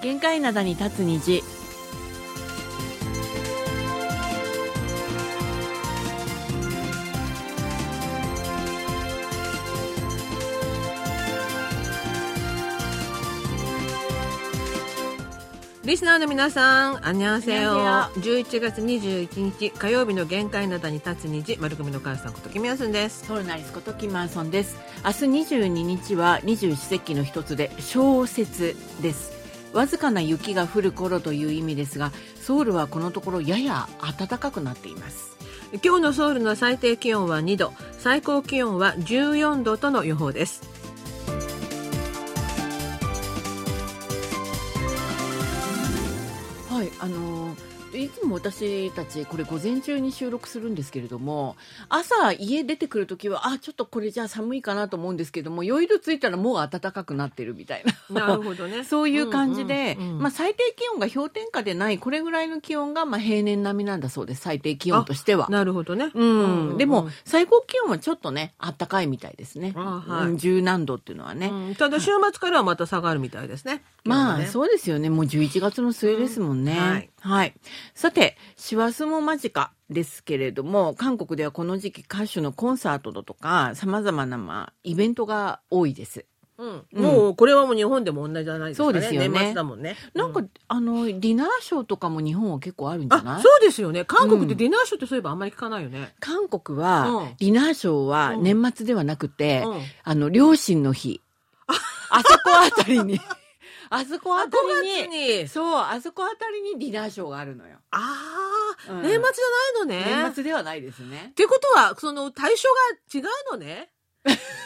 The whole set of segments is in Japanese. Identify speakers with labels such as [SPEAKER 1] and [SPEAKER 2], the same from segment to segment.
[SPEAKER 1] 深い灘に立つ虹
[SPEAKER 2] リスナーの皆さん、あにゃんせよ
[SPEAKER 1] こんに。
[SPEAKER 2] 11月21日火曜日の限界などに立つ虹、丸組の母さんこと君やすんです。
[SPEAKER 1] ソウルナリスことキンマンソンです明日22日は二十四節気の一つで小雪ですわずかな雪が降る頃という意味ですがソウルはこのところやや暖かくなっています
[SPEAKER 2] 今日のソウルの最低気温は2度、最高気温は14度との予報です。
[SPEAKER 1] はいあのいつも私たちこれ午前中に収録するんですけれども朝家出てくる時はあちょっとこれじゃあ寒いかなと思うんですけども夜着いたらもう暖かくなってるみたいな
[SPEAKER 2] なるほどね。
[SPEAKER 1] そういう感じで、
[SPEAKER 2] うんうんうん
[SPEAKER 1] まあ、最低気温が氷点下でないこれぐらいの気温がまあ平年並みなんだそうです最低気温としては。
[SPEAKER 2] なるほどね。
[SPEAKER 1] うん
[SPEAKER 2] うん
[SPEAKER 1] でも最高気温はちょっとねあったかいみたいですね、
[SPEAKER 2] あはい
[SPEAKER 1] うん十何度っていうのはね。
[SPEAKER 2] うんただ週末からはまた下がるみたいですね。
[SPEAKER 1] まあ、
[SPEAKER 2] 今日はね
[SPEAKER 1] そうですよね。もう11月の末ですもんね。
[SPEAKER 2] うん
[SPEAKER 1] は
[SPEAKER 2] はいい、
[SPEAKER 1] さて、師走も間近ですけれども、韓国ではこの時期歌手のコンサートだとか、様々な、まあ、イベントが多いです。
[SPEAKER 2] うん
[SPEAKER 1] うん
[SPEAKER 2] もうこれはもう日本でも同じじゃないですかね。
[SPEAKER 1] そうですよね
[SPEAKER 2] 年末だもんね。
[SPEAKER 1] なんか、
[SPEAKER 2] う
[SPEAKER 1] あの、ディナーショーとかも日本は結構あるんじゃな
[SPEAKER 2] あ
[SPEAKER 1] い、
[SPEAKER 2] そうですよね。韓国ってディナーショーってそういえばあんまり聞かないよね。
[SPEAKER 1] 韓国は、
[SPEAKER 2] うん
[SPEAKER 1] ディナーショーは
[SPEAKER 2] うん
[SPEAKER 1] 年末ではなくて、
[SPEAKER 2] うん
[SPEAKER 1] あの、両親の日。あそこあたりに。あそこあたりに。
[SPEAKER 2] に
[SPEAKER 1] そう、あそこあたりにディナーショーがあるのよ。
[SPEAKER 2] ああ、
[SPEAKER 1] うん
[SPEAKER 2] 年末じゃないのね。
[SPEAKER 1] 年
[SPEAKER 2] っ
[SPEAKER 1] 末ではないですね。
[SPEAKER 2] てことは、その対象が違うのね。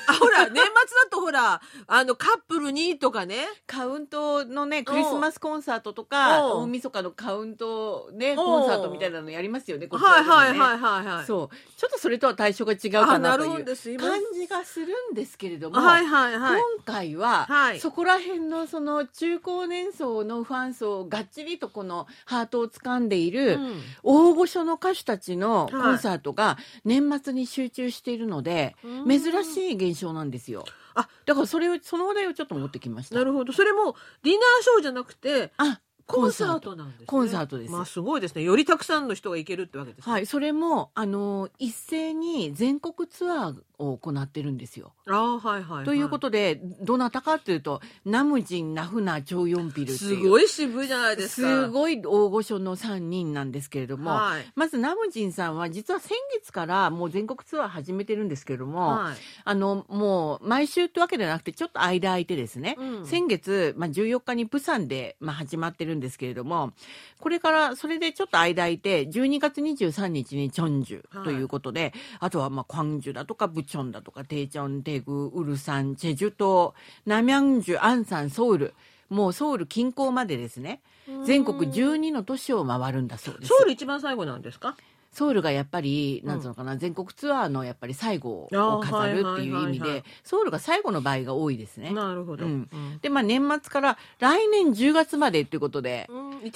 [SPEAKER 2] あ、ほら、年末だとほら、あの、カップルにとかね。
[SPEAKER 1] カウントのね、クリスマスコンサートとか、
[SPEAKER 2] うん
[SPEAKER 1] 大晦日のカウントね、
[SPEAKER 2] ん
[SPEAKER 1] コンサートみたいなのやりますよね、こち
[SPEAKER 2] は
[SPEAKER 1] ら
[SPEAKER 2] い
[SPEAKER 1] でもね
[SPEAKER 2] はいはいはいはい。う。
[SPEAKER 1] そう。ちょっとそれとは対象が違う
[SPEAKER 2] あ、
[SPEAKER 1] か
[SPEAKER 2] な
[SPEAKER 1] なと
[SPEAKER 2] るほ
[SPEAKER 1] いう
[SPEAKER 2] どす。今
[SPEAKER 1] 感じがするんですけれども、
[SPEAKER 2] はいはいはい。
[SPEAKER 1] 今回は、
[SPEAKER 2] はい
[SPEAKER 1] そこら辺のその中高年層のファン層をがっちりとこのハートを掴んでいる、
[SPEAKER 2] うん
[SPEAKER 1] 大御所の歌手たちのコンサートが年末に集中しているので、
[SPEAKER 2] うん
[SPEAKER 1] 珍しい現象なんですよ。
[SPEAKER 2] あ
[SPEAKER 1] だからそれを、その話題をちょっと持ってきました。
[SPEAKER 2] なるほど。それも、ディナーショーじゃなくて、
[SPEAKER 1] あ、
[SPEAKER 2] コンサートなんですね。
[SPEAKER 1] コンサートです
[SPEAKER 2] まあ、すごいですね。よりたくさんの人が行けるってわけですね。
[SPEAKER 1] はい、それも、あの、一斉に全国ツアーを行ってるんですよ。
[SPEAKER 2] ああ、はいはいはい。
[SPEAKER 1] ということで、どなたかというと、ナムジン、ナフナ、チョ・ヨンピルっていう。
[SPEAKER 2] すごい渋いじゃないですか。
[SPEAKER 1] すごい大御所の3人なんですけれども、
[SPEAKER 2] はい。
[SPEAKER 1] まずナムジンさんは実は先月からもう全国ツアー始めてるんですけれども、
[SPEAKER 2] はい。
[SPEAKER 1] あの、もう毎週ってわけではなくて、ちょっと間空いてですね。
[SPEAKER 2] うん
[SPEAKER 1] 先月、まあ、14日にプサンで、まあ、始まってるんですけれども、これから、それでちょっと間空いて、12月23日にチョンジュ
[SPEAKER 2] はい
[SPEAKER 1] ということで、あとは、まあ、クァンジュだとか、ブチョンだとか、テイチョン、テグ、ウルサン、チェジュ島、ナミャンジュ、アンサン、ソウル、もうソウル近郊までですね、全国12の都市を回るんだそうです。
[SPEAKER 2] ソウル一番最後なんですか
[SPEAKER 1] ソウルがやっぱり、なんつうのかな、全国ツアーのやっぱり最後を飾るっていう意味
[SPEAKER 2] あーはいはいはいは
[SPEAKER 1] で
[SPEAKER 2] い、
[SPEAKER 1] ソウルが最後の場合が多いですね。
[SPEAKER 2] なるほど。
[SPEAKER 1] う
[SPEAKER 2] うんん
[SPEAKER 1] で、まあ年末から来年10月までっていうことで、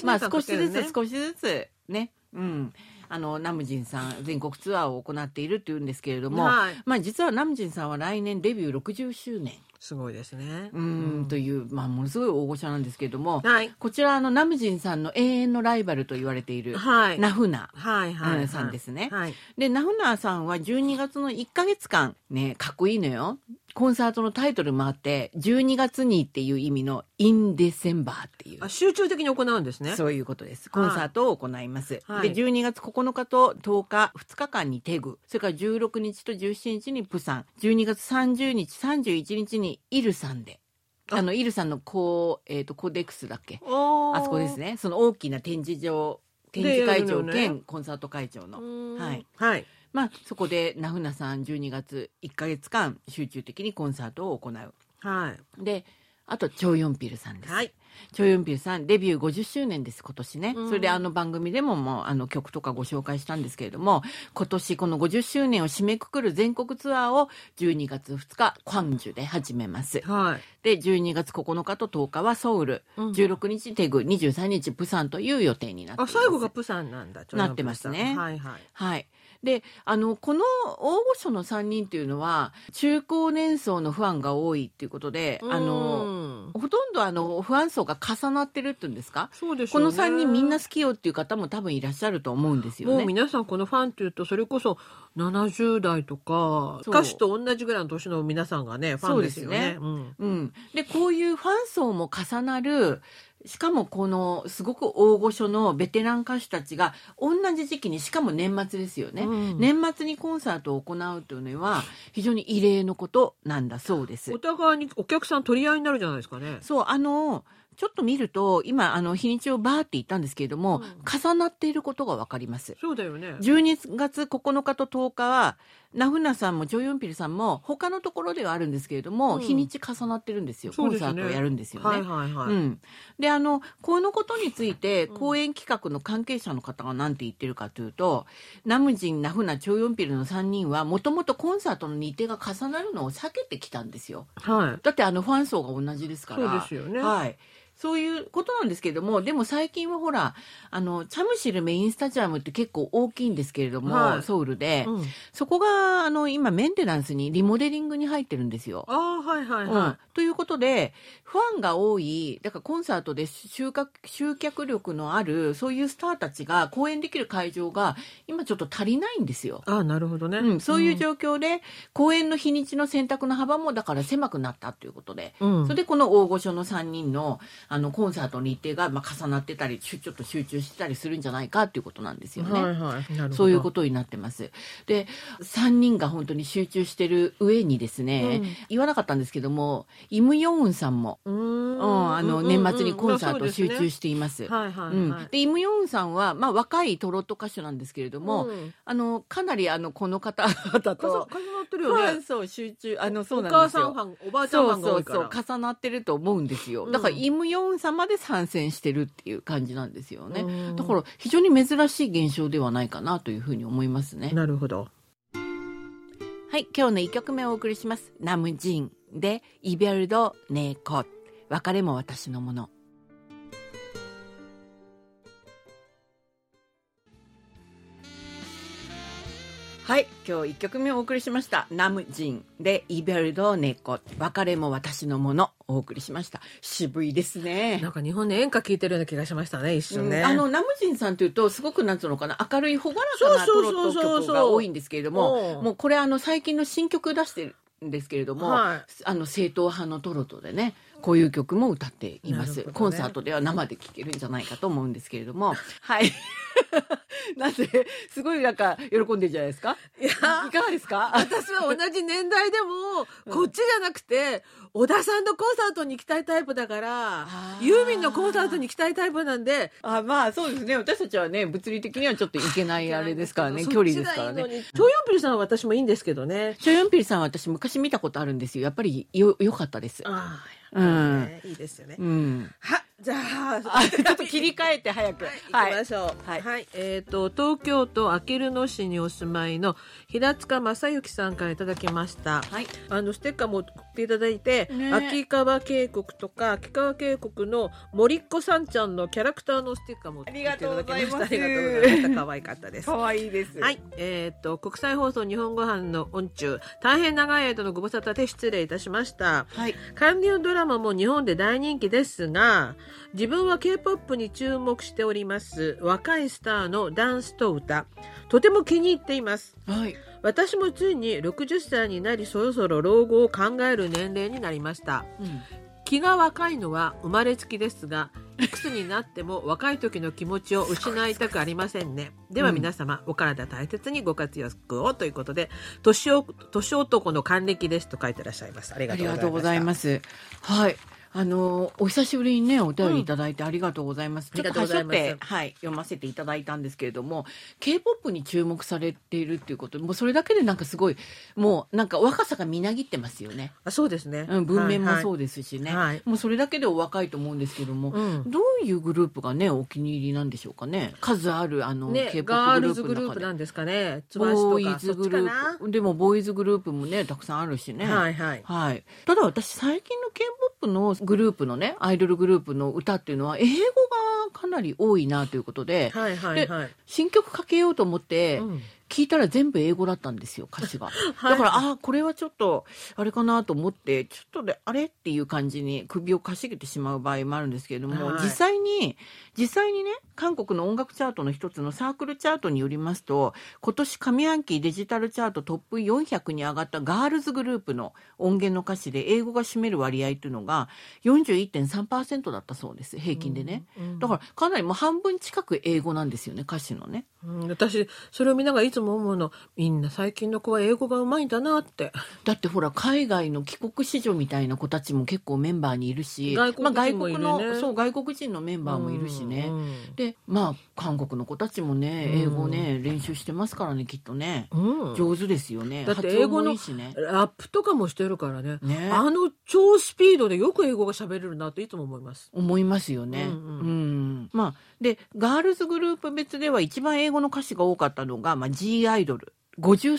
[SPEAKER 1] まあ少しずつ少しずつね、うん、あの、ナムジンさん全国ツアーを行っているっていうんですけれども、
[SPEAKER 2] はい
[SPEAKER 1] まあ実はナムジンさんは来年デビュー60周年、
[SPEAKER 2] すごいですね。
[SPEAKER 1] うん、という、まあものすごい大御所なんですけれども、
[SPEAKER 2] はい。
[SPEAKER 1] こちらあのナムジンさんの永遠のライバルと言われている、
[SPEAKER 2] はい。
[SPEAKER 1] ナフナ。
[SPEAKER 2] はいは
[SPEAKER 1] うん
[SPEAKER 2] い。
[SPEAKER 1] さんですね
[SPEAKER 2] はい。
[SPEAKER 1] で、ナフナーさんは12月の1ヶ月間、ね、かっこいいのよ。コンサートのタイトルもあって、12月にっていう意味の in December っていう
[SPEAKER 2] あ、。集中的に行うんですね。
[SPEAKER 1] そういうことです。コンサートを行います。
[SPEAKER 2] は
[SPEAKER 1] で、
[SPEAKER 2] い
[SPEAKER 1] 12月9日と10日、2日間にテグ、それから16日と17日にプサン、12月30日、31日にイルサンで、
[SPEAKER 2] あ
[SPEAKER 1] あの、イルサンのコー、えっ、と、コーデックスだっけ
[SPEAKER 2] おー
[SPEAKER 1] あそこです。ね。その大きな展示場、展
[SPEAKER 2] で
[SPEAKER 1] 示会
[SPEAKER 2] やる
[SPEAKER 1] 場
[SPEAKER 2] のね
[SPEAKER 1] 兼コンサート会場の。は
[SPEAKER 2] はいい。はい。
[SPEAKER 1] まあ、そこでナフナさん12月1か月間集中的にコンサートを行う
[SPEAKER 2] はい。
[SPEAKER 1] であとチョ・ヨンピルさんです、
[SPEAKER 2] はい。
[SPEAKER 1] チョ・ヨンピルさんデビュー50周年です今年ね、
[SPEAKER 2] うん
[SPEAKER 1] それであの番組でももうあの曲とかご紹介したんですけれども今年この50周年を締めくくる全国ツアーを12月2日クァンジュで始めます
[SPEAKER 2] はい。
[SPEAKER 1] で12月9日と10日はソウル
[SPEAKER 2] うん
[SPEAKER 1] 16日テグ23日プサンという予定になってい
[SPEAKER 2] あ、
[SPEAKER 1] ます
[SPEAKER 2] 最後がプサンなんだ。
[SPEAKER 1] なってますね
[SPEAKER 2] はいはい。
[SPEAKER 1] はい。であのこの大御所の3人っていうのは中高年層のファンが多いっていうことで、あの
[SPEAKER 2] の
[SPEAKER 1] ほとんどあのファン層が重なってるっていうんですか
[SPEAKER 2] そうでし
[SPEAKER 1] こ
[SPEAKER 2] ょうね
[SPEAKER 1] の3人みんな好きよっていう方も多分いらっしゃると思うんですよ
[SPEAKER 2] もう
[SPEAKER 1] ね。
[SPEAKER 2] 皆さんこのファンっていうとそれこそ70代とか
[SPEAKER 1] そう
[SPEAKER 2] 歌手と同じぐらいの年の皆さんがねファンですよね。
[SPEAKER 1] そうですね
[SPEAKER 2] うん
[SPEAKER 1] うん、でこういうファン層も重なるしかもこのすごく大御所のベテラン歌手たちが同じ時期にしかも年末ですよね、
[SPEAKER 2] うん
[SPEAKER 1] 年末にコンサートを行うというのは非常に異例のことなんだそうです
[SPEAKER 2] お。互いにお客さん取り合いになるじゃないですかね。
[SPEAKER 1] そうあのちょっと見ると今あの日にちをバーって言ったんですけれども、重なっていることが分かります。
[SPEAKER 2] そうだよね。
[SPEAKER 1] 12月9日と10日はナフナさんもジョ・ヨンピルさんも他のところではあるんですけれども、
[SPEAKER 2] うん
[SPEAKER 1] 日にち重なってるんですよ
[SPEAKER 2] そう
[SPEAKER 1] コ
[SPEAKER 2] で
[SPEAKER 1] ン
[SPEAKER 2] す
[SPEAKER 1] サ
[SPEAKER 2] ね
[SPEAKER 1] ートをやるんですよね。
[SPEAKER 2] はいはいはい。
[SPEAKER 1] うん、であのこのことについて
[SPEAKER 2] うん
[SPEAKER 1] 公演企画の関係者の方が何て言ってるかというと、ナムジンナフナチョ・ヨンピルの3人はもともとコンサートの日程が重なるのを避けてきたんですよ。
[SPEAKER 2] はい。
[SPEAKER 1] だってあのファン層が同じですから
[SPEAKER 2] そうですよね。
[SPEAKER 1] はい。そういうことなんですけれども、でも最近はほら、あの、チャムシルメインスタジアムって結構大きいんですけれども、
[SPEAKER 2] はい
[SPEAKER 1] ソウルで、
[SPEAKER 2] うん
[SPEAKER 1] そこが、あの、今メンテナンスにリモデリングに入ってるんですよ。
[SPEAKER 2] ああはいはいはい。
[SPEAKER 1] うん、ということでファンが多いだからコンサートで集客集客力のあるそういうスターたちが公演できる会場が今ちょっと足りないんですよ。
[SPEAKER 2] ああなるほどね。
[SPEAKER 1] うん、そういう状況で、公演の日にちの選択の幅もだから狭くなったということで、
[SPEAKER 2] うん
[SPEAKER 1] それでこの大御所の3人のあのコンサートの日程がまあ重なってたりちょちょっと集中してたりするんじゃないかということなんですよね。
[SPEAKER 2] はいはい。なるほど。
[SPEAKER 1] そういうことになってます。で、3人が本当に集中してる上にですね、
[SPEAKER 2] うん
[SPEAKER 1] 言わなかったんですけども、イム・ヨンウンさんも、
[SPEAKER 2] う
[SPEAKER 1] うん
[SPEAKER 2] ん。
[SPEAKER 1] あの、年末にコンサートを集中
[SPEAKER 2] し
[SPEAKER 1] しています。
[SPEAKER 2] はいは
[SPEAKER 1] う
[SPEAKER 2] いは
[SPEAKER 1] ん、
[SPEAKER 2] い。
[SPEAKER 1] でイム・ヨンウンさんは、まあ、若いトロット歌手なんですけれども、
[SPEAKER 2] うん
[SPEAKER 1] あのかなりあのこの方々
[SPEAKER 2] 重な
[SPEAKER 1] と
[SPEAKER 2] ってる
[SPEAKER 1] フ
[SPEAKER 2] よ
[SPEAKER 1] ァン
[SPEAKER 2] ね。
[SPEAKER 1] 層集中あのそう
[SPEAKER 2] お
[SPEAKER 1] なん
[SPEAKER 2] 母
[SPEAKER 1] です
[SPEAKER 2] さん
[SPEAKER 1] よ
[SPEAKER 2] フ。ァン、おばあちゃんファンが多いから。
[SPEAKER 1] そうそうそう重なってると思うんですよ、だから
[SPEAKER 2] うん
[SPEAKER 1] イム・ヨンウンさんまで参戦してるっていう感じなんですよね、
[SPEAKER 2] うん
[SPEAKER 1] だから非常に珍しい現象ではないかなというふうに思いますね
[SPEAKER 2] なるほど。
[SPEAKER 1] はい今日の一曲目をお送りしますナムジンでイベルド・ネコ別れも私のものはい今日一曲目をお送りしましたナムジンでイベルド・ネコ別れも私のものお送りしました渋いですね
[SPEAKER 2] なんか日本で演歌聞いてるような気がしましたね、一瞬ね。
[SPEAKER 1] うんあのナムジンさんというとすごくなんつうのかな明るい朗らかな
[SPEAKER 2] そ
[SPEAKER 1] ト
[SPEAKER 2] うそ
[SPEAKER 1] ロ
[SPEAKER 2] う
[SPEAKER 1] ッ
[SPEAKER 2] そうそう
[SPEAKER 1] ト曲が多いんですけれども
[SPEAKER 2] うん
[SPEAKER 1] もうこれあの最近の新曲出してるんですけれども、
[SPEAKER 2] はい
[SPEAKER 1] あの正統派のトロットでねこういう曲も歌っています、
[SPEAKER 2] なるほどね
[SPEAKER 1] コンサートでは生で聴けるんじゃないかと思うんですけれどもはい なんですごいなんか喜んでるじゃないですかいかがですか
[SPEAKER 2] 私は同じ年代でも、こっちじゃなくて、小田さんのコンサートに行きたいタイプだから
[SPEAKER 1] あ、ー
[SPEAKER 2] ユーミンのコンサートに行きたいタイプなんで、
[SPEAKER 1] あまあそうですね私たちはね物理的にはちょっといけないあれですからね
[SPEAKER 2] そっ
[SPEAKER 1] 距離
[SPEAKER 2] ち
[SPEAKER 1] で
[SPEAKER 2] が
[SPEAKER 1] すから
[SPEAKER 2] いい
[SPEAKER 1] ね
[SPEAKER 2] のにチョヨンピルさんは私もいいんですけどね。
[SPEAKER 1] チョヨンピルさんは私昔見たことあるんですよやっぱりよ良かったです
[SPEAKER 2] あ
[SPEAKER 1] う
[SPEAKER 2] あ、
[SPEAKER 1] ん
[SPEAKER 2] ねいいですよね。
[SPEAKER 1] うん
[SPEAKER 2] は、じゃあ、
[SPEAKER 1] あ ち ょっと切り替えて早く
[SPEAKER 2] はい、行きま
[SPEAKER 1] い
[SPEAKER 2] しょう。
[SPEAKER 1] は
[SPEAKER 2] はいい、えっ、と、東京都あきる野市にお住まいの平塚正幸さんからいただきました。
[SPEAKER 1] はい
[SPEAKER 2] あのステッカーも送っていただいて、
[SPEAKER 1] ね
[SPEAKER 2] 秋川渓谷とか秋川渓谷の森っ子さんちゃんのキャラクターのステッカーも送っていただきました。
[SPEAKER 1] ありがとうございます
[SPEAKER 2] ありがとうございました。可愛かったです。
[SPEAKER 1] 可愛いです
[SPEAKER 2] はい、えっ、と国際放送日本語版の音中大変長い間のご無沙汰で失礼いたしました。
[SPEAKER 1] はい
[SPEAKER 2] 韓流ドラマも日本で大人気ですが自分は K-POP に注目しております若いスターのダンスと歌とても気に入っています
[SPEAKER 1] はい
[SPEAKER 2] 私もついに60歳になりそろそろ老後を考える年齢になりました
[SPEAKER 1] うん
[SPEAKER 2] 気が若いのは生まれつきですがいくつになっても若い時の気持ちを失いたくありませんねでは皆様、お体大切にご活躍をということで年を年男の還暦ですと書いてらっしゃいますあり
[SPEAKER 1] あ
[SPEAKER 2] が
[SPEAKER 1] り
[SPEAKER 2] とうございま
[SPEAKER 1] が
[SPEAKER 2] し
[SPEAKER 1] と
[SPEAKER 2] た
[SPEAKER 1] うございますはいあのお久しぶりにねお便りいただいてありがとうございます、
[SPEAKER 2] うん
[SPEAKER 1] ちょっとはしょっ
[SPEAKER 2] ありがとうござ
[SPEAKER 1] て
[SPEAKER 2] いま
[SPEAKER 1] はい読ませていただいたんですけれども K-POP に注目されているっていうこともうそれだけでなんかすごいもうなんか若さがみなぎってますよね
[SPEAKER 2] あそうですね、
[SPEAKER 1] うん、文面も
[SPEAKER 2] はいはい
[SPEAKER 1] そうですしね、
[SPEAKER 2] はい
[SPEAKER 1] もうそれだけでお若いと思うんですけども、
[SPEAKER 2] うん
[SPEAKER 1] どういうグループがねお気に入りなんでしょうかね数あるあの、
[SPEAKER 2] ね、
[SPEAKER 1] K-POP
[SPEAKER 2] ガ
[SPEAKER 1] グ
[SPEAKER 2] ー
[SPEAKER 1] ルー
[SPEAKER 2] ル
[SPEAKER 1] プ
[SPEAKER 2] ズグル
[SPEAKER 1] の
[SPEAKER 2] ー
[SPEAKER 1] 中
[SPEAKER 2] プ
[SPEAKER 1] で
[SPEAKER 2] なんですかね。つばし
[SPEAKER 1] ボ
[SPEAKER 2] と
[SPEAKER 1] ー
[SPEAKER 2] か
[SPEAKER 1] イ
[SPEAKER 2] そ
[SPEAKER 1] ズ
[SPEAKER 2] っ
[SPEAKER 1] グ
[SPEAKER 2] ち
[SPEAKER 1] ル
[SPEAKER 2] か
[SPEAKER 1] ー
[SPEAKER 2] な。
[SPEAKER 1] プでもボーイズグループもねたくさんあるしね
[SPEAKER 2] はいはい。
[SPEAKER 1] はい、ただ私最近の K-POP のグループのねアイドルグループの歌っていうのは英語がかなり多いなということで,、
[SPEAKER 2] はいはいはい。
[SPEAKER 1] 新曲かけようと思って、
[SPEAKER 2] うん
[SPEAKER 1] 聞いたら全部英語だったんですよ歌詞が、だからああこれはちょっとあれかなと思ってちょっとであれっていう感じに首をかしげてしまう場合もあるんですけれども、
[SPEAKER 2] はい
[SPEAKER 1] 実際に実際にね韓国の音楽チャートの一つのサークルチャートによりますと今年上半期デジタルチャートトップ400に上がったガールズグループの音源の歌詞で英語が占める割合というのが41.3%だったそうです平均でね、
[SPEAKER 2] うん
[SPEAKER 1] だからかなりもう半分近く英語なんですよね歌詞のね。
[SPEAKER 2] うん私それを見ながらいつも思うのみんな最近の子は英語がうまいんだなって
[SPEAKER 1] だってほら海外の帰国子女みたいな子たちも結構メンバーにいるし
[SPEAKER 2] 外国人
[SPEAKER 1] まあ、外
[SPEAKER 2] もい
[SPEAKER 1] 国
[SPEAKER 2] るね
[SPEAKER 1] のそう外国人のメンバーもいるしね、
[SPEAKER 2] うん
[SPEAKER 1] でまあ韓国の子たちもね
[SPEAKER 2] うん
[SPEAKER 1] 英語ね、練習してますからねきっとね
[SPEAKER 2] うん
[SPEAKER 1] 上手ですよね
[SPEAKER 2] だって英語の
[SPEAKER 1] 発音もいいしね
[SPEAKER 2] ラップとかもしてるからね
[SPEAKER 1] ね
[SPEAKER 2] あの超スピードでよく英語が喋れるなっていつも思います。
[SPEAKER 1] 思いますよね、
[SPEAKER 2] う
[SPEAKER 1] うんん
[SPEAKER 2] うん
[SPEAKER 1] まあでガールズグループ別では一番英語の歌詞が多かったのが、まあ、G アイドル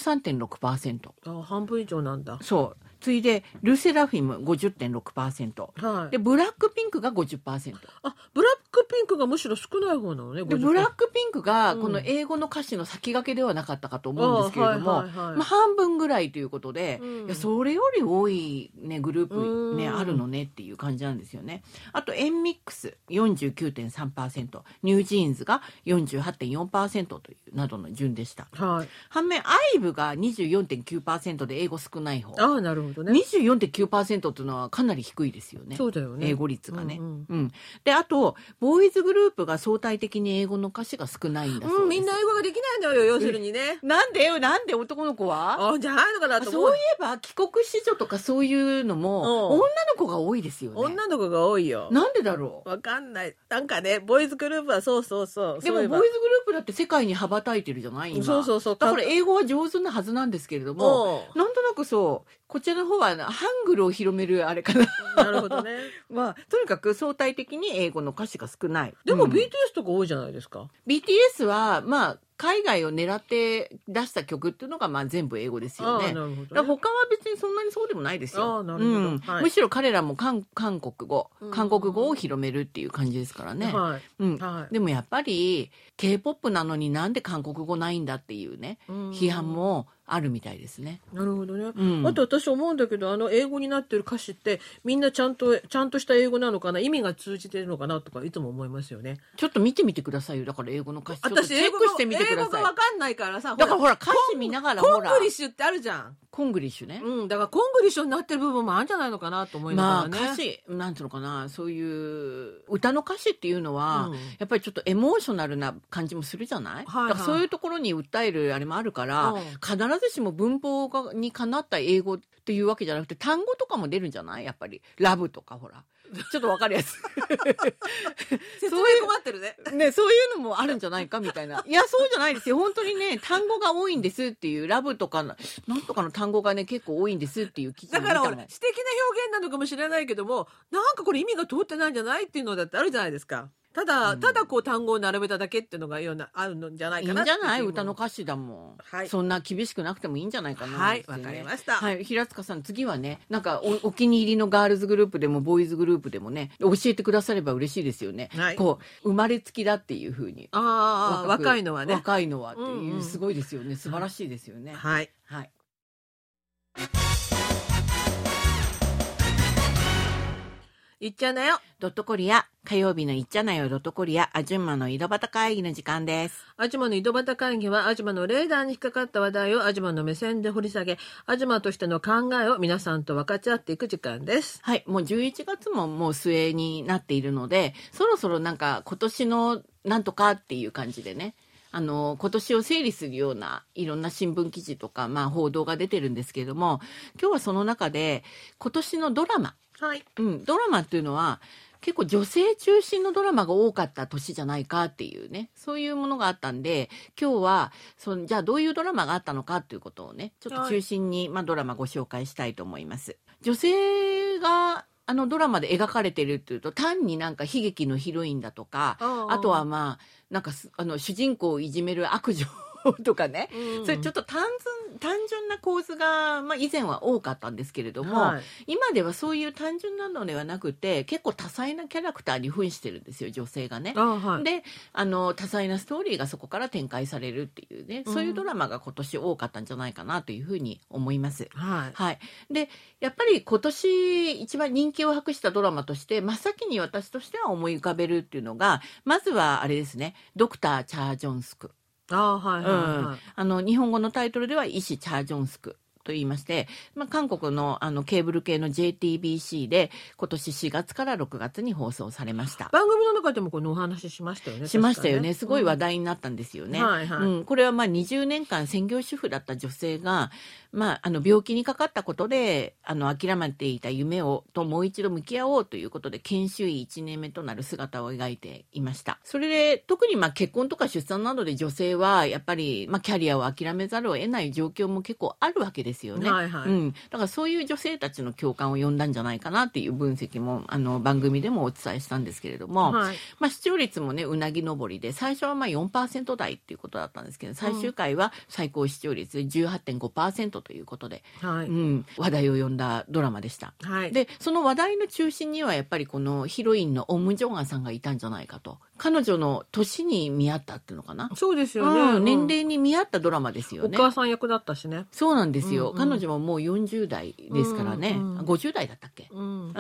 [SPEAKER 1] 53.6%
[SPEAKER 2] あ半分以上なんだ。
[SPEAKER 1] そう次いでルセラフィム50.6%
[SPEAKER 2] はい。
[SPEAKER 1] でブラックピンクが50%
[SPEAKER 2] あブラックピンクがむしろ少ない方なのね。
[SPEAKER 1] で
[SPEAKER 2] 50
[SPEAKER 1] ブラックピンクが
[SPEAKER 2] うん
[SPEAKER 1] この英語の歌詞の先駆けではなかったかと思うんですけれども、
[SPEAKER 2] あはいはいはい
[SPEAKER 1] まあ、半分ぐらいということで、
[SPEAKER 2] うん
[SPEAKER 1] いやそれより多い、ね、グループ、ね、
[SPEAKER 2] うん
[SPEAKER 1] あるのねっていう感じなんですよね。あとエンミックス49.3%ニュージーンズが48.4%というなどの順でした
[SPEAKER 2] はい。
[SPEAKER 1] 反面アイブが24.9%で英語少ない方、
[SPEAKER 2] ああなるほどね。
[SPEAKER 1] 24.9%というのはかなり低いですよね。
[SPEAKER 2] そうだよね。
[SPEAKER 1] 英語率がね、
[SPEAKER 2] う
[SPEAKER 1] うんん
[SPEAKER 2] うん
[SPEAKER 1] であとボーイズグループが相対的に英語の歌詞が少ないんだそうです、
[SPEAKER 2] うんみんな英語ができないのよ要するにね。
[SPEAKER 1] なんでよなんで男の子は
[SPEAKER 2] あじゃないのかなと思
[SPEAKER 1] そういえば帰国子女とかそういうのも
[SPEAKER 2] う
[SPEAKER 1] 女
[SPEAKER 2] ん
[SPEAKER 1] の子が多いですよね
[SPEAKER 2] 女の子が多いよ。
[SPEAKER 1] なんでだろう
[SPEAKER 2] わかんない。なんかねボーイズグループはそうそうそう。
[SPEAKER 1] でもボーイ
[SPEAKER 2] そういえ
[SPEAKER 1] ズ
[SPEAKER 2] ば
[SPEAKER 1] グループだって世界に羽ばたいてるじゃない今
[SPEAKER 2] そうそうそう
[SPEAKER 1] だから英語は上手なはずなんですけれども
[SPEAKER 2] も
[SPEAKER 1] なんとなくそうこちらの方はあのハングルを広めるあれかな
[SPEAKER 2] うなるほどね。
[SPEAKER 1] まあとにかく相対的に英語の歌詞が少ない
[SPEAKER 2] でも
[SPEAKER 1] うん
[SPEAKER 2] BTS とか多いじゃないですか。
[SPEAKER 1] BTS はまあ海外を狙って出した曲っていうのがまあ全部英語ですよ
[SPEAKER 2] ああ
[SPEAKER 1] ね。
[SPEAKER 2] なるほ
[SPEAKER 1] だから
[SPEAKER 2] どね。
[SPEAKER 1] 他は別にそんなにそうでもないです
[SPEAKER 2] ああ
[SPEAKER 1] よ。
[SPEAKER 2] なるほど
[SPEAKER 1] うん
[SPEAKER 2] はい
[SPEAKER 1] むしろ彼らも韓韓国語
[SPEAKER 2] うん、
[SPEAKER 1] 韓国語を広めるっていう感じですからね。
[SPEAKER 2] はい
[SPEAKER 1] うん
[SPEAKER 2] はい。
[SPEAKER 1] でもやっぱり K-POP なのになんで韓国語ないんだっていうね、
[SPEAKER 2] うん
[SPEAKER 1] 批判もあるみたいですね。
[SPEAKER 2] なるほどね。
[SPEAKER 1] うん
[SPEAKER 2] あと私思うんだけどあの英語になってる歌詞ってみんなちゃんとちゃんとした英語なのかな意味が通じてるのかなとかいつも思いますよね。
[SPEAKER 1] ちょっと見てみてくださいよ。だから英語の歌詞ちょっと
[SPEAKER 2] 私
[SPEAKER 1] チェ
[SPEAKER 2] 英
[SPEAKER 1] ッ
[SPEAKER 2] 語
[SPEAKER 1] クしてみてくだ
[SPEAKER 2] 英語
[SPEAKER 1] さい
[SPEAKER 2] が。わかんないからさ。
[SPEAKER 1] だから
[SPEAKER 2] ほ
[SPEAKER 1] ほら歌詞見なが
[SPEAKER 2] ら
[SPEAKER 1] ら
[SPEAKER 2] コ
[SPEAKER 1] ほ
[SPEAKER 2] ン
[SPEAKER 1] ら
[SPEAKER 2] グリッシュってあるじゃん。
[SPEAKER 1] コングリッシュね。
[SPEAKER 2] うんだからコングリッシュになってる部分もあるんじゃないのかなと思い
[SPEAKER 1] まあ
[SPEAKER 2] ながらね。
[SPEAKER 1] 歌詞なんていうのかなそういう歌の歌詞っていうのは、
[SPEAKER 2] うん
[SPEAKER 1] やっぱりちょっとエモーショナルな感じもするじゃない、
[SPEAKER 2] はいはい
[SPEAKER 1] だからそういうところに訴えるあれもあるから、
[SPEAKER 2] うん
[SPEAKER 1] 必ずしも文法がにかなった英語っていうわけじゃなくて単語とかも出るんじゃないやっぱりラブとかほらちょっとわかる やつ
[SPEAKER 2] 説明
[SPEAKER 1] そういう
[SPEAKER 2] 困ってるね。
[SPEAKER 1] ね、そういうのもあるんじゃないかみたいな。いや、そうじゃないですよ。本当にね、単語が多いんですっていう、ラブとかの、なんとかの単語がね、結構多いんですっていう記事
[SPEAKER 2] だ
[SPEAKER 1] も見た
[SPEAKER 2] から
[SPEAKER 1] も
[SPEAKER 2] ほ
[SPEAKER 1] ん
[SPEAKER 2] ら詩的な表現なのかもしれないけどもなんかこれ意味が通ってないんじゃないっていうのだってあるじゃないですか。ただ、
[SPEAKER 1] うん
[SPEAKER 2] ただこう単語を並べただけっていうのがようなあるんじゃない
[SPEAKER 1] いい
[SPEAKER 2] か
[SPEAKER 1] ん
[SPEAKER 2] な
[SPEAKER 1] じ
[SPEAKER 2] っ
[SPEAKER 1] ゃ
[SPEAKER 2] てう
[SPEAKER 1] ない
[SPEAKER 2] 気も
[SPEAKER 1] 歌の歌詞だもん、
[SPEAKER 2] はい
[SPEAKER 1] そんな厳しくなくてもいいんじゃないかな
[SPEAKER 2] はい
[SPEAKER 1] ですよ
[SPEAKER 2] わ
[SPEAKER 1] ね
[SPEAKER 2] かりました
[SPEAKER 1] はい、平塚さん次はねなんかおお気に入りのガールズグループでもボーイズグループでもね教えてくだされば嬉しいですよね、
[SPEAKER 2] はい
[SPEAKER 1] こう生まれつきだっていうふうに
[SPEAKER 2] ああ
[SPEAKER 1] く
[SPEAKER 2] 若いのはね。
[SPEAKER 1] 若いのはっていう、
[SPEAKER 2] うんうん
[SPEAKER 1] すごいですよね素晴らしいですよね、
[SPEAKER 2] はい。
[SPEAKER 1] はい
[SPEAKER 2] 言っちゃいなよ。
[SPEAKER 1] ドットコリア火曜日のいっちゃなよドットコリアアジュンマの井戸端会議の時間です
[SPEAKER 2] アジマの井戸端会議はアジマのレーダーに引っかかった話題をアジマの目線で掘り下げ、アジマとしての考えを皆さんと分かち合っていく時間です。
[SPEAKER 1] はい、もう11月ももう末になっているので、そろそろなんか今年のなんとかっていう感じでね、あの、今年を整理するようないろんな新聞記事とか、まあ報道が出てるんですけれども、今日はその中で今年のドラマ、
[SPEAKER 2] はい。
[SPEAKER 1] うん、ドラマっていうのは結構女性中心のドラマが多かった年じゃないかっていうねそういうものがあったんで今日はそのじゃあどういうドラマがあったのかっていうことをねちょっと中心に、まあ、ドラマご紹介したいと思います。女性があのドラマで描かれてるっていうと単になんか悲劇のヒロインだとか
[SPEAKER 2] あー
[SPEAKER 1] あとはまあなんかすあの主人公をいじめる悪女とかね、
[SPEAKER 2] うん
[SPEAKER 1] それちょっと単単純な構図が、まあ、以前は多かったんですけれども、
[SPEAKER 2] はい
[SPEAKER 1] 今ではそういう単純なのではなくて結構多彩なキャラクターに扮してるんですよ女性がね。
[SPEAKER 2] あはい
[SPEAKER 1] であの多彩なストーリーがそこから展開されるっていうね、そういうドラマが今年多かったんじゃないかなというふうに思います。
[SPEAKER 2] はい
[SPEAKER 1] はい、でやっぱり今年一番人気を博したドラマとして真っ先に私としては思い浮かべるっていうのがまずはあれですね「ドクター・チャージョンスク」
[SPEAKER 2] あはいはい
[SPEAKER 1] うん
[SPEAKER 2] は、
[SPEAKER 1] あの日本語のタイトルでは医師チャージョンスクと言いまして、まあ、韓国のあのケーブル系の JTBC で今年4月から6月に放送されました
[SPEAKER 2] い。番組の中でもこのお話しましたよね
[SPEAKER 1] しましたよね。す
[SPEAKER 2] 確か
[SPEAKER 1] ごい話題になったんですよね。
[SPEAKER 2] うんはいはい
[SPEAKER 1] うん、これはまあ20年間専業主婦だった女性が、まあ、あの病気にかかったことで、あの諦めていた夢をともう一度向き合おうということで、研修医1年目となる姿を描いていました。それで、特にまあ結婚とか出産などで女性は、やっぱりまあキャリアを諦めざるを得ない状況も結構あるわけですよね。
[SPEAKER 2] はいはい
[SPEAKER 1] うん。だからそういう女性たちの共感を呼んだんじゃないかなっていう分析も、あの番組でもお伝えしたんですけれども、
[SPEAKER 2] はい
[SPEAKER 1] まあ、視聴率もねうなぎ登りで最初はまあ4%台っていうことだったんですけど最終回は最高視聴率で18.5%ということで、
[SPEAKER 2] は
[SPEAKER 1] う
[SPEAKER 2] い
[SPEAKER 1] ん、話題を呼んだドラマでした。
[SPEAKER 2] はい
[SPEAKER 1] でその話題の中心にはやっぱりこのヒロインのオム・ジョンアさんがいたんじゃないかと彼女の年に見合ったっていうのかな、
[SPEAKER 2] そうですよね、
[SPEAKER 1] う、
[SPEAKER 2] うんん
[SPEAKER 1] 年齢に見合ったドラマですよ
[SPEAKER 2] お
[SPEAKER 1] ね。
[SPEAKER 2] 母さん役だったしね
[SPEAKER 1] そうなんですよ、
[SPEAKER 2] うんうん
[SPEAKER 1] 彼女ももう40代ですからね、
[SPEAKER 2] うんうん
[SPEAKER 1] 50代だったっけ
[SPEAKER 2] うん
[SPEAKER 1] うん、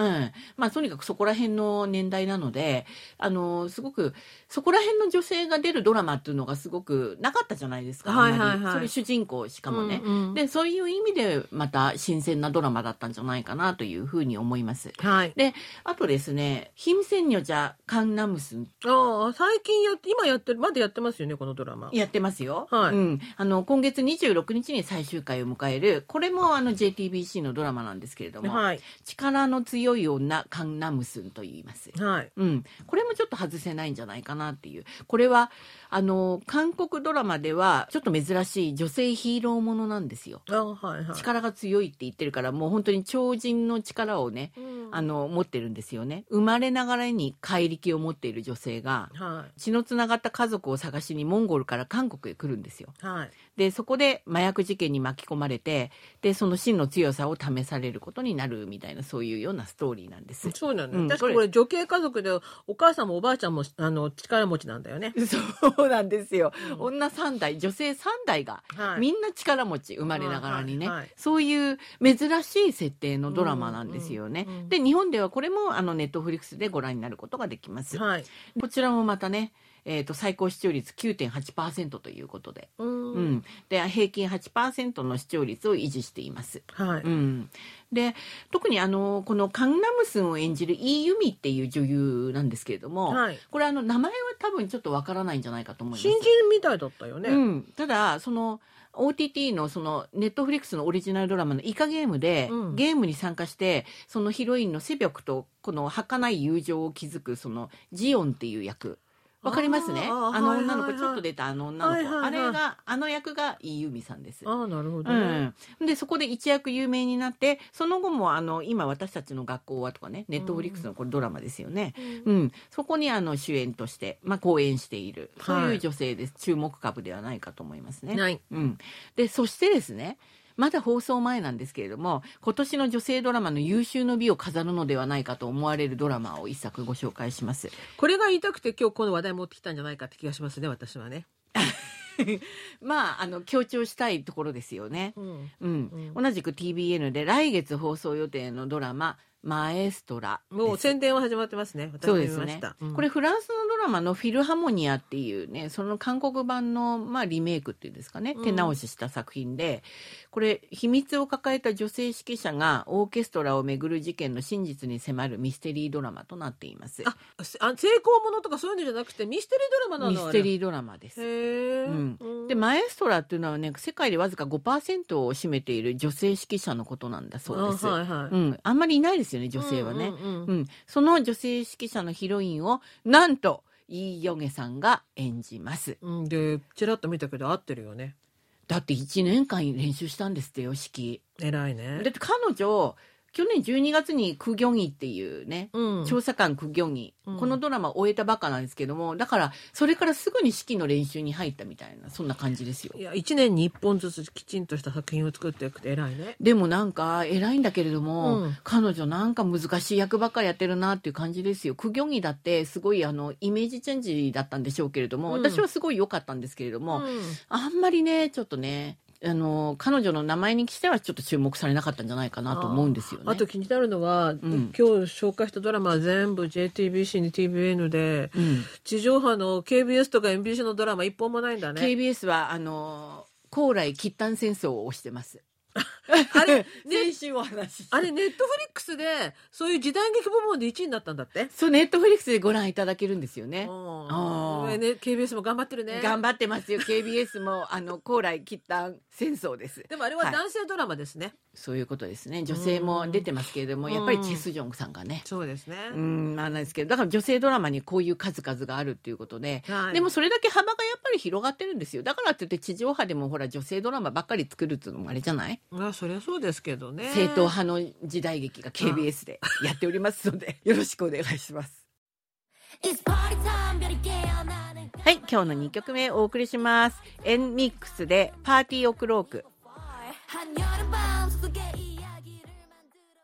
[SPEAKER 1] まあとにかくそこら辺の年代なのであのすごくそこら辺の女性が出るドラマっていうのがすごくなかったじゃないですか、あんまり
[SPEAKER 2] はいはいはい
[SPEAKER 1] それ主人公しかもね、
[SPEAKER 2] うんうん
[SPEAKER 1] でそういう意味でまた新鮮なドラマだったんじゃないかなというふうに思います。
[SPEAKER 2] はい
[SPEAKER 1] であとですね「ヒムセンニョジャカンナムスン」
[SPEAKER 2] ああ最近やって今やってるまだやってますよねこのドラマ
[SPEAKER 1] やってますよ、
[SPEAKER 2] はい
[SPEAKER 1] うん、あの今月26日に最終回を迎えるこれもあの JTBC のドラマなんですけれども、
[SPEAKER 2] はい
[SPEAKER 1] 力の強い女カンナムスンと言います。
[SPEAKER 2] はい
[SPEAKER 1] うん、これもちょっと外せないんじゃないかなっていうこれはあの韓国ドラマではちょっと珍しい女性ヒーローものなんですよ
[SPEAKER 2] ああはいはい
[SPEAKER 1] 力が強いって言ってるからもう本当に超人の力をね
[SPEAKER 2] うん
[SPEAKER 1] あの持ってるんですよね生まれながらに怪力を持っている女性が
[SPEAKER 2] は
[SPEAKER 1] 血のつながった家族を探しにモンゴルから韓国へ来るんですよ
[SPEAKER 2] いはい
[SPEAKER 1] でそこで麻薬事件に巻き込まれてでその真の強さを試されることになるみたいなそういうようなストーリーなんです
[SPEAKER 2] そうなんだ、
[SPEAKER 1] うん
[SPEAKER 2] 確かこれ女系家族でお母さんもおばあちゃんもあの力持ちなんだよね
[SPEAKER 1] そうなんですよ、
[SPEAKER 2] うん
[SPEAKER 1] 女3代女性3代が
[SPEAKER 2] はい
[SPEAKER 1] みんな力持ち生まれながらにね、
[SPEAKER 2] はいはい
[SPEAKER 1] そういう珍しい設定のドラマなんですよね、
[SPEAKER 2] うんうんうん
[SPEAKER 1] で日本ではこれもあのネットフリックスでご覧になることができます、
[SPEAKER 2] はい
[SPEAKER 1] こちらもまたね、えー、と最高視聴率9.8%ということで,、
[SPEAKER 2] うん
[SPEAKER 1] うんで平均8%の視聴率を維持しています
[SPEAKER 2] はい、
[SPEAKER 1] うん、で特にあのこのカンナムスンを演じるイ・ユミっていう女優なんですけれども、
[SPEAKER 2] はい
[SPEAKER 1] これあの名前は多分ちょっとわからないんじゃないかと思います。
[SPEAKER 2] 新人みたいだったよね、
[SPEAKER 1] うん、ただその OTT のそのネットフリックスのオリジナルドラマの「イカゲームで」
[SPEAKER 2] うん
[SPEAKER 1] ゲームに参加してそのヒロインのセビョクとこの儚い友情を築くそのジオンっていう役わかりますね
[SPEAKER 2] あ
[SPEAKER 1] あ
[SPEAKER 2] ー
[SPEAKER 1] の
[SPEAKER 2] はいはい
[SPEAKER 1] 女の
[SPEAKER 2] はい
[SPEAKER 1] 子ちょっと出たあの女の子、
[SPEAKER 2] はいはいはい
[SPEAKER 1] あれがあの役がイ・ユミさんです。
[SPEAKER 2] ああなるほ
[SPEAKER 1] う
[SPEAKER 2] どね、
[SPEAKER 1] ん、でそこで一躍有名になってその後もあの「今私たちの学校は」とかねネットフリックスのこれドラマですよね、
[SPEAKER 2] うん
[SPEAKER 1] うん、そこにあの主演として、まあ、講演しているそう
[SPEAKER 2] はいいう
[SPEAKER 1] 女性です、注目株ではないかと思いますね。
[SPEAKER 2] ない
[SPEAKER 1] うん、でそしてですねまだ放送前なんですけれども今年の女性ドラマの優秀の美を飾るのではないかと思われるドラマを一作ご紹介します。
[SPEAKER 2] これが言いたくて今日この話題持ってきたんじゃないかって気がしますね私はね、
[SPEAKER 1] まああの強調したいところですよね。
[SPEAKER 2] うん、
[SPEAKER 1] うん、同じく TBN で来月放送予定のドラマ「マエストラ」
[SPEAKER 2] もう
[SPEAKER 1] です
[SPEAKER 2] 宣伝は始まってますね私
[SPEAKER 1] そ
[SPEAKER 2] も
[SPEAKER 1] う
[SPEAKER 2] 見
[SPEAKER 1] です
[SPEAKER 2] ま
[SPEAKER 1] ね
[SPEAKER 2] した、、うん
[SPEAKER 1] これフランスのドラマの「フィルハモニア」っていうねその韓国版の、まあ、リメイクっていうんですかね
[SPEAKER 2] うん
[SPEAKER 1] 手直しした作品で、これ秘密を抱えた女性指揮者がオーケストラをめぐる事件の真実に迫るミステリードラマとなっています
[SPEAKER 2] ああ成功ものとかそういうのじゃなくてミステリードラマな
[SPEAKER 1] ミ
[SPEAKER 2] の
[SPEAKER 1] ステ
[SPEAKER 2] ー
[SPEAKER 1] リードラマです
[SPEAKER 2] へえ、
[SPEAKER 1] うんで
[SPEAKER 2] も
[SPEAKER 1] マエストラっていうのはね世界でわずか5%を占めている女性指揮者のことなんだそうです、
[SPEAKER 2] はいはい、
[SPEAKER 1] うん、あんまりいないですよね女性はね、
[SPEAKER 2] うんうんうん
[SPEAKER 1] うん、その女性指揮者のヒロインをなんとイ・ヨゲさんが演じます
[SPEAKER 2] うん、でちらっと見たけど合ってるよね
[SPEAKER 1] だって1年間練習したんですってよ指揮
[SPEAKER 2] 偉いね
[SPEAKER 1] だって彼女去年12月にクギョギっていうね、
[SPEAKER 2] うん
[SPEAKER 1] 調査官クギョギ、
[SPEAKER 2] うん
[SPEAKER 1] このドラマ終えたばっかなんですけども、だから、それからすぐに式の練習に入ったみたいな、そんな感じですよ
[SPEAKER 2] い。や1年に1本ずつきちんとした作品を作っていくって偉いね。
[SPEAKER 1] でもなんか、偉いんだけれども、
[SPEAKER 2] うん
[SPEAKER 1] 彼女なんか難しい役ばっかりやってるなっていう感じですよ。クギョギだって、すごいあの、イメージチェンジだったんでしょうけれども、
[SPEAKER 2] うん
[SPEAKER 1] 私はすごい良かったんですけれども、
[SPEAKER 2] うん
[SPEAKER 1] あんまりね、ちょっとね、あの、彼女の名前にしてはちょっと注目されなかったんじゃないかなと思うんですよね。
[SPEAKER 2] あと気になるのは、今日紹介したドラマは全部 JTBC に TBN で、
[SPEAKER 1] うん
[SPEAKER 2] 地上波の KBS とか MBC のドラマ一本もないんだね。
[SPEAKER 1] KBS はあの高麗喫炭戦争を推してます。
[SPEAKER 2] あ れ、ね、
[SPEAKER 1] 先週お話しした
[SPEAKER 2] あれ、ネットフリックスで、そういう時代劇部門で1位になったんだって。
[SPEAKER 1] そうネットフリックスでご覧いただけるんですよね。
[SPEAKER 2] あ
[SPEAKER 1] あー
[SPEAKER 2] ね、KBS も頑張ってるね。
[SPEAKER 1] 頑張ってますよ KBS もあの高麗喫炭戦争です。
[SPEAKER 2] でもあれは
[SPEAKER 1] はい
[SPEAKER 2] 男性ドラマですね。
[SPEAKER 1] そういうことですね。女性も出てますけれども、
[SPEAKER 2] うん
[SPEAKER 1] やっぱりチェスジョンさんがね。
[SPEAKER 2] そうですね。
[SPEAKER 1] うん、まあなんですけど、だから女性ドラマにこういう数々があるっていうことで、
[SPEAKER 2] はい
[SPEAKER 1] でもそれだけ幅がやっぱり広がってるんですよ。だからって言って地上波でもほら女性ドラマばっかり作るっていうのもあれじゃない
[SPEAKER 2] まあ、そりゃそうですけどね。
[SPEAKER 1] 正統派の時代劇が KBS でやっておりますので、 よろしくお願いします。
[SPEAKER 3] It's party time, better get on out and
[SPEAKER 1] はい、今日の2曲目お送りします。エンミックスでパーティーオクローク。
[SPEAKER 3] far. 한 여름 밤 속의 이야기를 만들어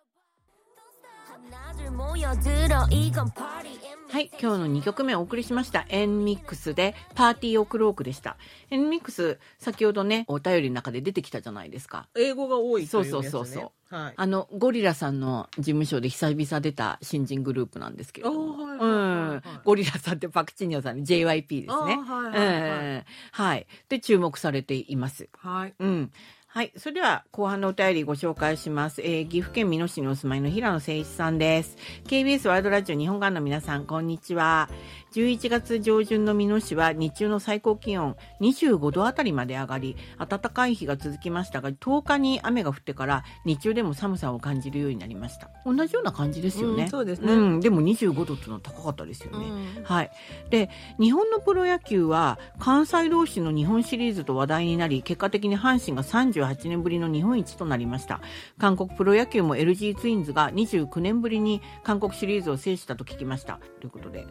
[SPEAKER 3] 봐. 한낮을 모여들어 이건 party in
[SPEAKER 1] はい、今日の2曲目お送りしました。エンミックスでパーティーオクロークでした。エンミックス、先ほどね、お便りの中で出てきたじゃないですか。
[SPEAKER 2] 英語が多いというやつ、ね。。
[SPEAKER 1] そうそうそうそう
[SPEAKER 2] はい。
[SPEAKER 1] あの、ゴリラさんの事務所で久々出た新人グループなんですけれども。
[SPEAKER 2] おーはい
[SPEAKER 1] う
[SPEAKER 2] はいはいはい
[SPEAKER 1] ん。ゴリラさんってパクチニョさんの JYP ですね。
[SPEAKER 2] あーはいはいはい
[SPEAKER 1] うんはい。で、注目されています。
[SPEAKER 2] はい。
[SPEAKER 1] うん。はい。それでは、後半のお便りご紹介します。えー岐阜県美濃市にお住まいの平野誠一さんです。KBS ワールドラジオ日本館の皆さん、こんにちは。11月上旬の美濃市は日中の最高気温25度あたりまで上がり、暖かい日が続きましたが、10日に雨が降ってから日中でも寒さを感じるようになりました。同じような感じですよね。
[SPEAKER 2] うんそうですね
[SPEAKER 1] うん、でも25度っていうのは高かったですよね。
[SPEAKER 2] うん
[SPEAKER 1] はい、で日本のプロ野球は関西同士の日本シリーズと話題になり結果的に阪神が38年ぶりの日本一となりました韓国プロ野球も LG ツインズが29年ぶりに韓国シリーズを制したと聞きましたということで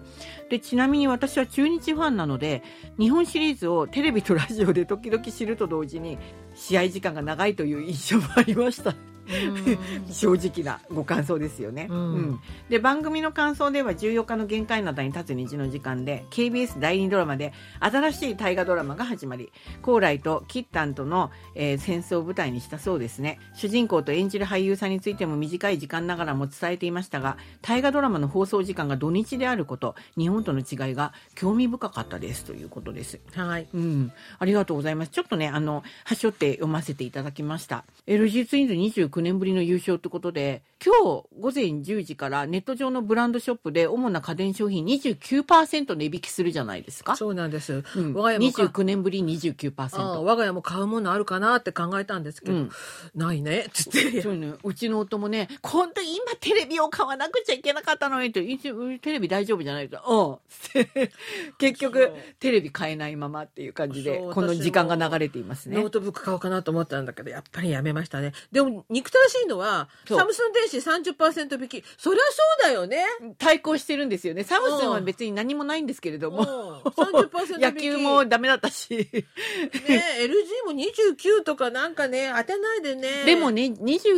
[SPEAKER 1] でちなみに私は中日ファンなので日本シリーズをテレビとラジオで時々知ると同時に試合時間が長いという印象もありました 正直なご感想ですよね、
[SPEAKER 2] うん
[SPEAKER 1] で番組の感想では14日の限界灘に立つ虹の時間で KBS 第2ドラマで新しい大河ドラマが始まり高麗とキッタンとの、えー戦争を舞台にしたそうですね主人公と演じる俳優さんについても短い時間ながらも伝えていましたが大河ドラマの放送時間が土日であること日本との違いが興味深かったですということです
[SPEAKER 2] はい。
[SPEAKER 1] うん、ありがとうございます。ちょっとね、あの、はしょって読ませていただきました。LG ツインズ29年ぶりの優勝ってことで、今日午前10時からネット上のブランドショップで主な家電商品29%値引きするじゃないですか。
[SPEAKER 2] そうなんです。
[SPEAKER 1] うん、
[SPEAKER 2] 我が家もか
[SPEAKER 1] 29年ぶり
[SPEAKER 2] あー
[SPEAKER 1] 29%。
[SPEAKER 2] 我が家も買うものあるかなって考えたんですけど、
[SPEAKER 1] うん
[SPEAKER 2] ないねっつって
[SPEAKER 1] そうね、うちの夫もね、本当今テレビを買わなくちゃいけなかったのにと、いつテレビ大丈夫じゃないと、うんって 結
[SPEAKER 2] そ
[SPEAKER 1] 局
[SPEAKER 2] う、
[SPEAKER 1] テレビ買えないままっていう感じで
[SPEAKER 2] そ、う
[SPEAKER 1] この
[SPEAKER 2] 私も
[SPEAKER 1] 時間が流れていますね
[SPEAKER 2] ノー。トブック買おうかなと思ったんだけど、やっぱりやめましたね。でも、憎たらしいのは、
[SPEAKER 1] そう
[SPEAKER 2] サムスン電子30%引き。そりゃそうだよね。
[SPEAKER 1] 対抗してるんですよね。サムスンは別に何もないんですけれど
[SPEAKER 2] も
[SPEAKER 1] も。
[SPEAKER 2] う、30%引 き。
[SPEAKER 1] 野球もダメだったし。
[SPEAKER 2] ね、LG も29とかなんかね、当てないでね。
[SPEAKER 1] でもね、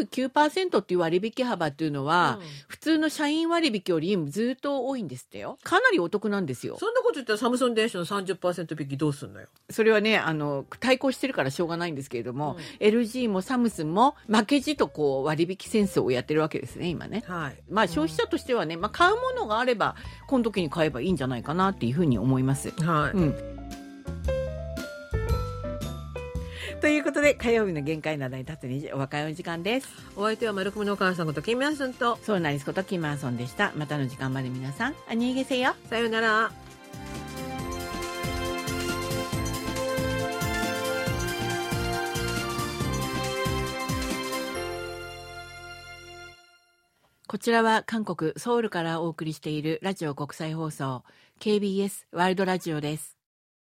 [SPEAKER 1] 29%っていう割引幅っていうのは、
[SPEAKER 2] うん
[SPEAKER 1] 普通の社員割引よりずっと多いんですってよ。かなりお得なんですよ。
[SPEAKER 2] そんなこと言ったらサムソン電子の30%引きどうすんのよ。
[SPEAKER 1] それはね、あの、対抗してるからしょうがないんですけれども、
[SPEAKER 2] う
[SPEAKER 1] LG もサムスンも負けじとこう割引戦争をやってるわけですね、今ね。
[SPEAKER 2] はい。
[SPEAKER 1] まあ消費者としてはね、まあ買うものがあれば、この時に買えばいいんじゃないかなっていうふうに思います。
[SPEAKER 2] は
[SPEAKER 1] うん。ということで火曜日の限界などに立つにお別れの時間です。
[SPEAKER 2] お相手は丸組のお母さんことキムヤンスンと、
[SPEAKER 1] そうなりすことキマーソンでした。またの時間まで皆さん、あにげせよ。
[SPEAKER 2] さようなら。
[SPEAKER 1] こちらは韓国ソウルからお送りしているラジオ国際放送 KBS ワールドラジオです。